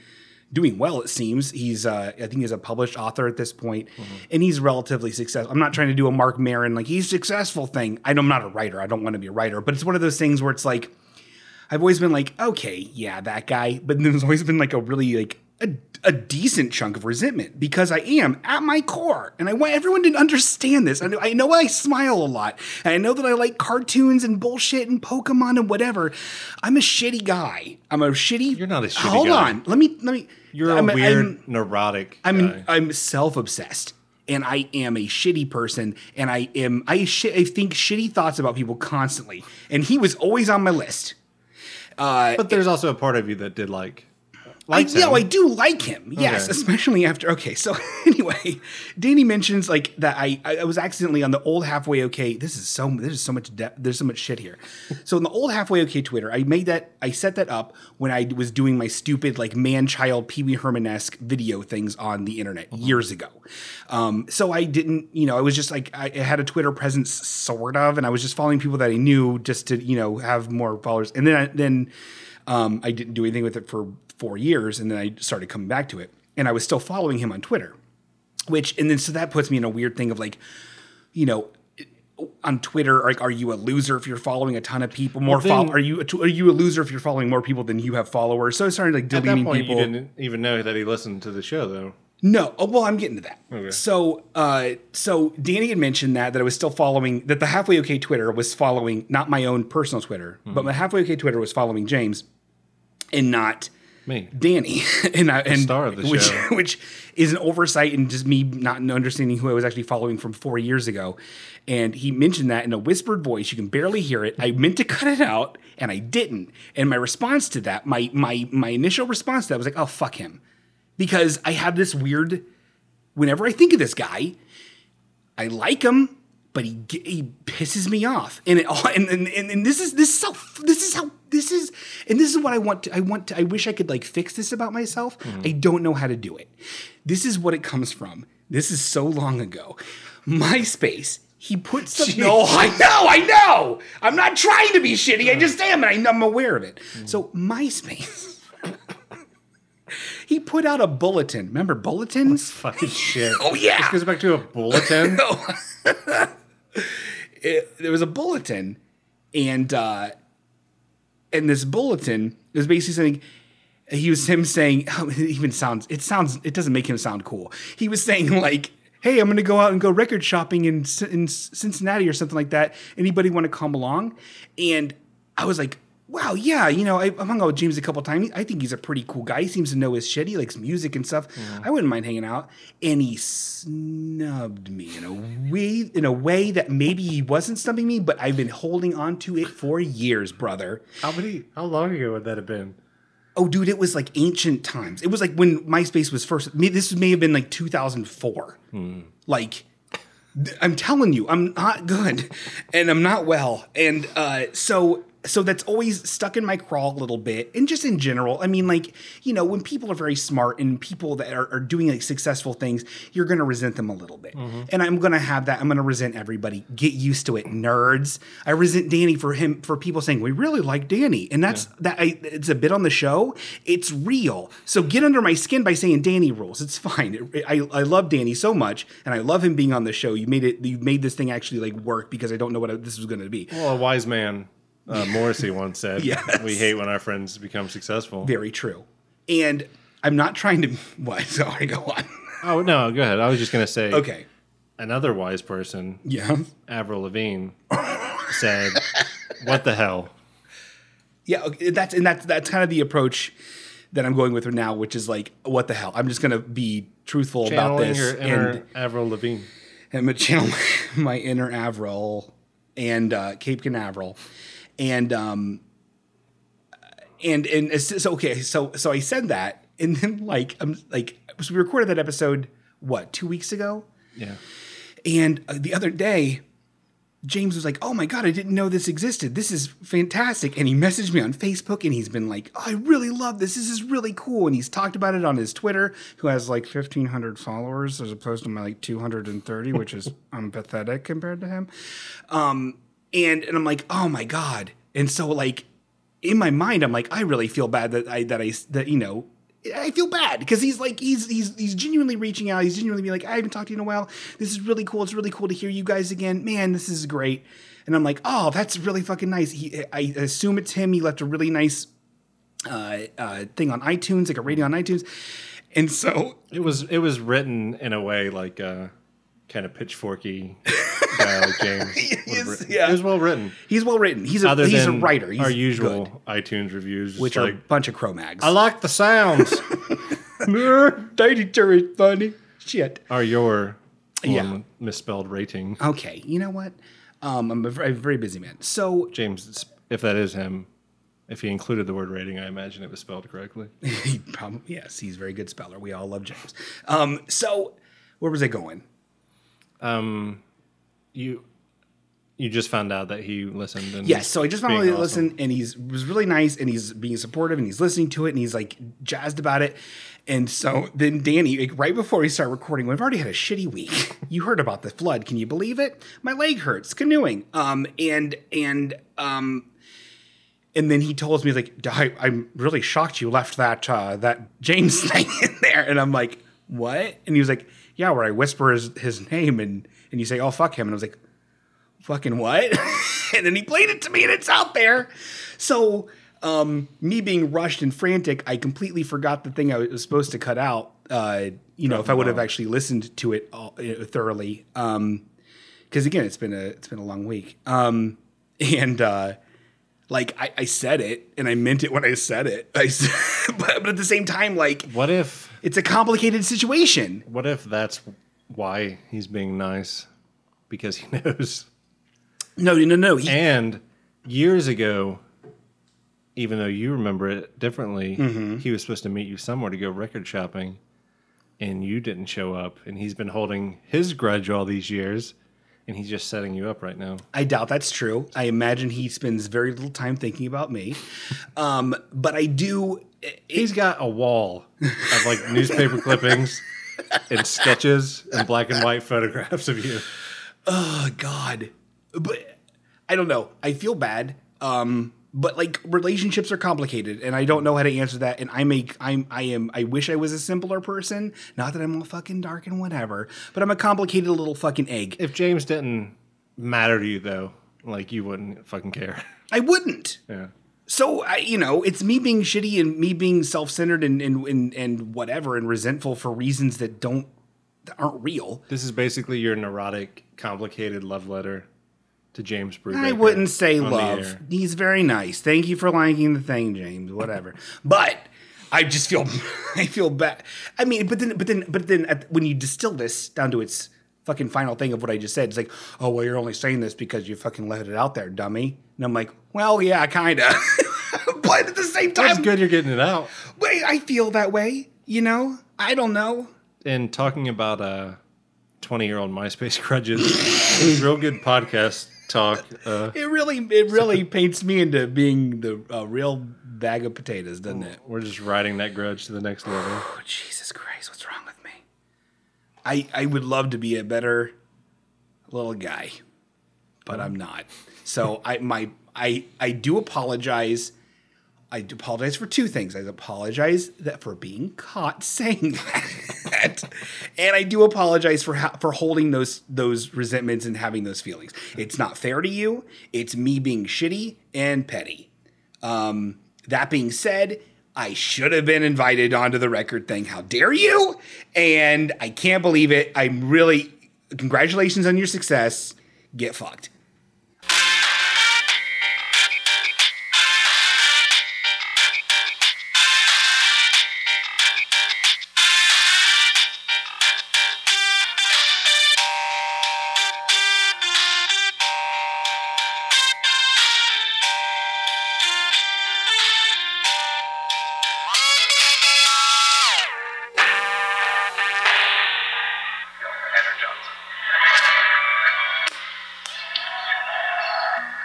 doing well it seems he's uh, I think he's a published author at this point,
Mm-hmm.
and he's relatively successful. I'm not trying to do a Mark Maron like he's successful thing. I know I'm not a writer. I don't want to be a writer, but it's one of those things where it's like. I've always been like, okay, yeah, that guy. But then there's always been like a really like a, a decent chunk of resentment because I am at my core, and I want everyone to understand this. I know, I know I smile a lot, and I know that I like cartoons and bullshit and Pokemon and whatever. I'm a shitty guy. I'm a shitty.
You're not a shitty
Hold
guy.
on. Let me. Let me.
You're
I'm
a weird,
I'm-
neurotic.
I'm
guy.
I'm self obsessed, and I am a shitty person, and I am I sh- I think shitty thoughts about people constantly, and he was always on my list. Uh,
but there's also a part of you that did like.
I,
likes
yeah,
him.
I do like him. Yes,
Okay.
especially after. Okay, so anyway, Danny mentions like that I I I was accidentally on the old halfway okay. This is so there's so much de- there's so much shit here. so in the old halfway okay Twitter, I made that I set that up when I was doing my stupid like man child Pee Wee Herman esque video things on the internet
Uh-huh.
years ago. Um, so I didn't you know I was just like I I had a Twitter presence sort of, and I was just following people that I knew just to you know have more followers, and then I, then. Um, I didn't do anything with it for four years, and then I started coming back to it, and I was still following him on Twitter, which and then so that puts me in a weird thing of like, you know, on Twitter, like, are you a loser if you're following a ton of people? More
then-
follow? Are you a, are you a loser if you're following more people than you have followers? So I started like
At that
deleting
point,
people.
you didn't even know that he listened to the show, though.
No. Oh, well, I'm getting to that.
Okay.
So, uh, so Danny had mentioned that that I was still following that the halfway okay Twitter was following not my own personal Twitter,
Hmm.
but my halfway okay Twitter was following James, and not
Me.
Danny, and I, and
star of the
which
show.
which is an oversight and just me not understanding who I was actually following from four years ago. And he mentioned that in a whispered voice. You can barely hear it. I meant to cut it out and I didn't. And my response to that, my my my initial response to that was like, oh fuck him. Because I have this weird whenever I think of this guy, I like him, but he ge- he pisses me off, and it all and and, and, and this is this is how this is how this is and this is what I want to I want to I wish I could like fix this about myself. I don't know how to do it. This is what it comes from. This is so long ago. MySpace. He put some. No, I know, I know. I'm not trying to be shitty. I just am, and I- I'm aware of it. So MySpace. he put out a bulletin. Remember bulletins?
Fucking shit.
Oh yeah.
This goes back to a bulletin.
it- there was a bulletin, and uh, and this bulletin was basically saying he was him saying oh, it even sounds it sounds it doesn't make him sound cool. He was saying like. Hey, I'm gonna go out and go record shopping in C- in Cincinnati or something like that. Anybody want to come along? And I was like, wow, yeah, you know, I, I hung out with James a couple times. I think he's a pretty cool guy. He seems to know his shit. He likes music and stuff. I wouldn't mind hanging out. And he snubbed me in a way in a way that maybe he wasn't snubbing me, but I've been holding on to it for years, brother.
how many? How long ago would that have been?
Oh, dude, it was like ancient times. It was like when MySpace was first. may- This may have been like 2004. Like, th- I'm telling you, I'm not good, and I'm not well, and uh, so so that's always stuck in my craw a little bit, and just in general. I mean, like you know, when people are very smart and people that are, are doing like successful things, you're gonna resent them a little bit, and I'm gonna have that. I'm gonna resent everybody. Get used to it, nerds. I resent Danny for him for people saying we really like Danny, and that's that. I, it's a bit on the show. It's real. So get under my skin by saying Danny rules. It's fine. It- I, I love Danny so much, and I love him being on the show. You made it. You made this thing actually like work because I don't know what I- this was going to be.
Well, a wise man, uh, Morrissey once said,
Yes.
"We hate when our friends become successful."
Very true. And I'm not trying to. What? Sorry, go on.
Oh no, go ahead. I was just gonna say.
Okay.
Another wise person,
Yeah.
Avril Lavigne, said, "What the hell."
Yeah. okay, That's and that's that's kind of the approach that I'm going with now, which is like, what the hell? I'm just going to be truthful about
Channeling
this
her
and.
inner Avril Lavigne.
I'm gonna channel my inner Avril and uh, Cape Canaveral, and um, and and it's- so okay, so so I said that, and then like I'm like so we recorded that episode what two weeks ago,
Yeah.
and uh, the other day, James was like, "Oh my god, I didn't know this existed. This is fantastic!" And he messaged me on Facebook, and he's been like, oh, "I really love this. This is really cool." And he's talked about it on his Twitter, who has like fifteen hundred followers, as opposed to my like two hundred and thirty, which is I'm pathetic compared to him. Um, and and I'm like, "Oh my god!" And so like in my mind, I'm like, I really feel bad that I that I that you know. I feel bad because he's like he's he's he's genuinely reaching out. He's genuinely being like, I haven't talked to you in a while. This is really cool. It's really cool to hear you guys again. Man, this is great. And I'm like, oh, that's really fucking nice. He, I assume it's him. He left a really nice uh, uh, thing on iTunes, like a rating on iTunes. And so
It was it was written in a way like uh, kind of pitchforky guy like James. would have written.
yeah.
It was well written.
he's well written. He's a
Other
he's a
than
writer. He's
our usual
good,
iTunes reviews, which
which are
like,
a bunch of Cro-Mags.
I like the sounds
Dirty turret funny shit.
are your
Yeah.
um, misspelled rating.
Okay, you know what? Um, I'm a very, very busy man. So
James, it's- if that is him, if he included the word rating, I imagine it was spelled correctly.
he probably yes, he's a very good speller. We all love James. Um, so where was I going?
Um, You you just found out that he listened. And
Yes, so I just finally
Being awesome.
listened, and he's was really nice, and he's being supportive, and he's listening to it, and he's like jazzed about it. And so then Danny, like, right before we start recording, we've already had a shitty week. you heard about the flood? Can you believe it? My leg hurts canoeing. Um, and and um, and then he tells me like, I, am really shocked you left that uh, that James thing in there, and I'm like, what? And he was like, yeah, where I whisper his, his name, and and you say, oh fuck him, and I was like, fucking what? and then he played it to me, and it's out there. So um, me being rushed and frantic, I completely forgot the thing I was supposed to cut out. Uh, you know, if I would have actually listened to it all, uh, thoroughly. Um, because again, it's been a it's been a long week. Um, and uh, like I, I said it, and I meant it when I said it. I s but, but at the same time, like
What if
it's a complicated situation.
what if that's why he's being nice because he knows.
No, no, no. He,
And years ago, even though you remember it differently, he was supposed to meet you somewhere to go record shopping. and you didn't show up, and he's been holding his grudge all these years, and he's just setting you up right now.
I doubt that's true. I imagine he spends very little time thinking about me. Um, but I do. eh, it-
He's got a wall of like newspaper clippings and sketches and black and white photographs of you.
oh god but i don't know i feel bad um but like relationships are complicated and i don't know how to answer that and i make i'm i am i wish i was a simpler person not that i'm all fucking dark and whatever but i'm a complicated little fucking egg
If James didn't matter to you though, like you wouldn't fucking care.
i wouldn't
Yeah.
so I, you know it's me being shitty and me being self-centered and and and, and whatever and resentful for reasons that don't that aren't real
This is basically your neurotic, complicated love letter to James Brubaker.
I wouldn't say
on the
love.
air.
He's very nice. Thank you for liking the thing, James. Whatever. but I just feel I feel bad. I mean, but then but then but then at, when you distill this down to its fucking final thing of what I just said, it's like, oh well, you're only saying this because you fucking let it out there, dummy. And I'm like, well, yeah, kinda. but at the same
It's
time,
good you're getting it out.
wait, I feel that way. You know, I don't know.
And talking about uh, 20 year old MySpace grudges, real good podcast talk. Uh,
It really it really paints me into being the uh, real bag of potatoes, doesn't it?
we're just riding that grudge to the next level.
Oh, Jesus Christ, what's wrong with me? I I would love to be a better little guy, but I'm not. So I my I I do apologize. I do apologize for two things. I apologize that for being caught saying that, and I do apologize for ha- for holding those those resentments and having those feelings. It's not fair to you. It's me being shitty and petty. Um, that being said, I should have been invited onto the record thing. How dare you? And I can't believe it. I'm really congratulations on your success. Get fucked.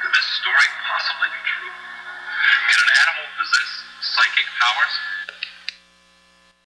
Could this story possibly be true? Can an animal possess psychic powers?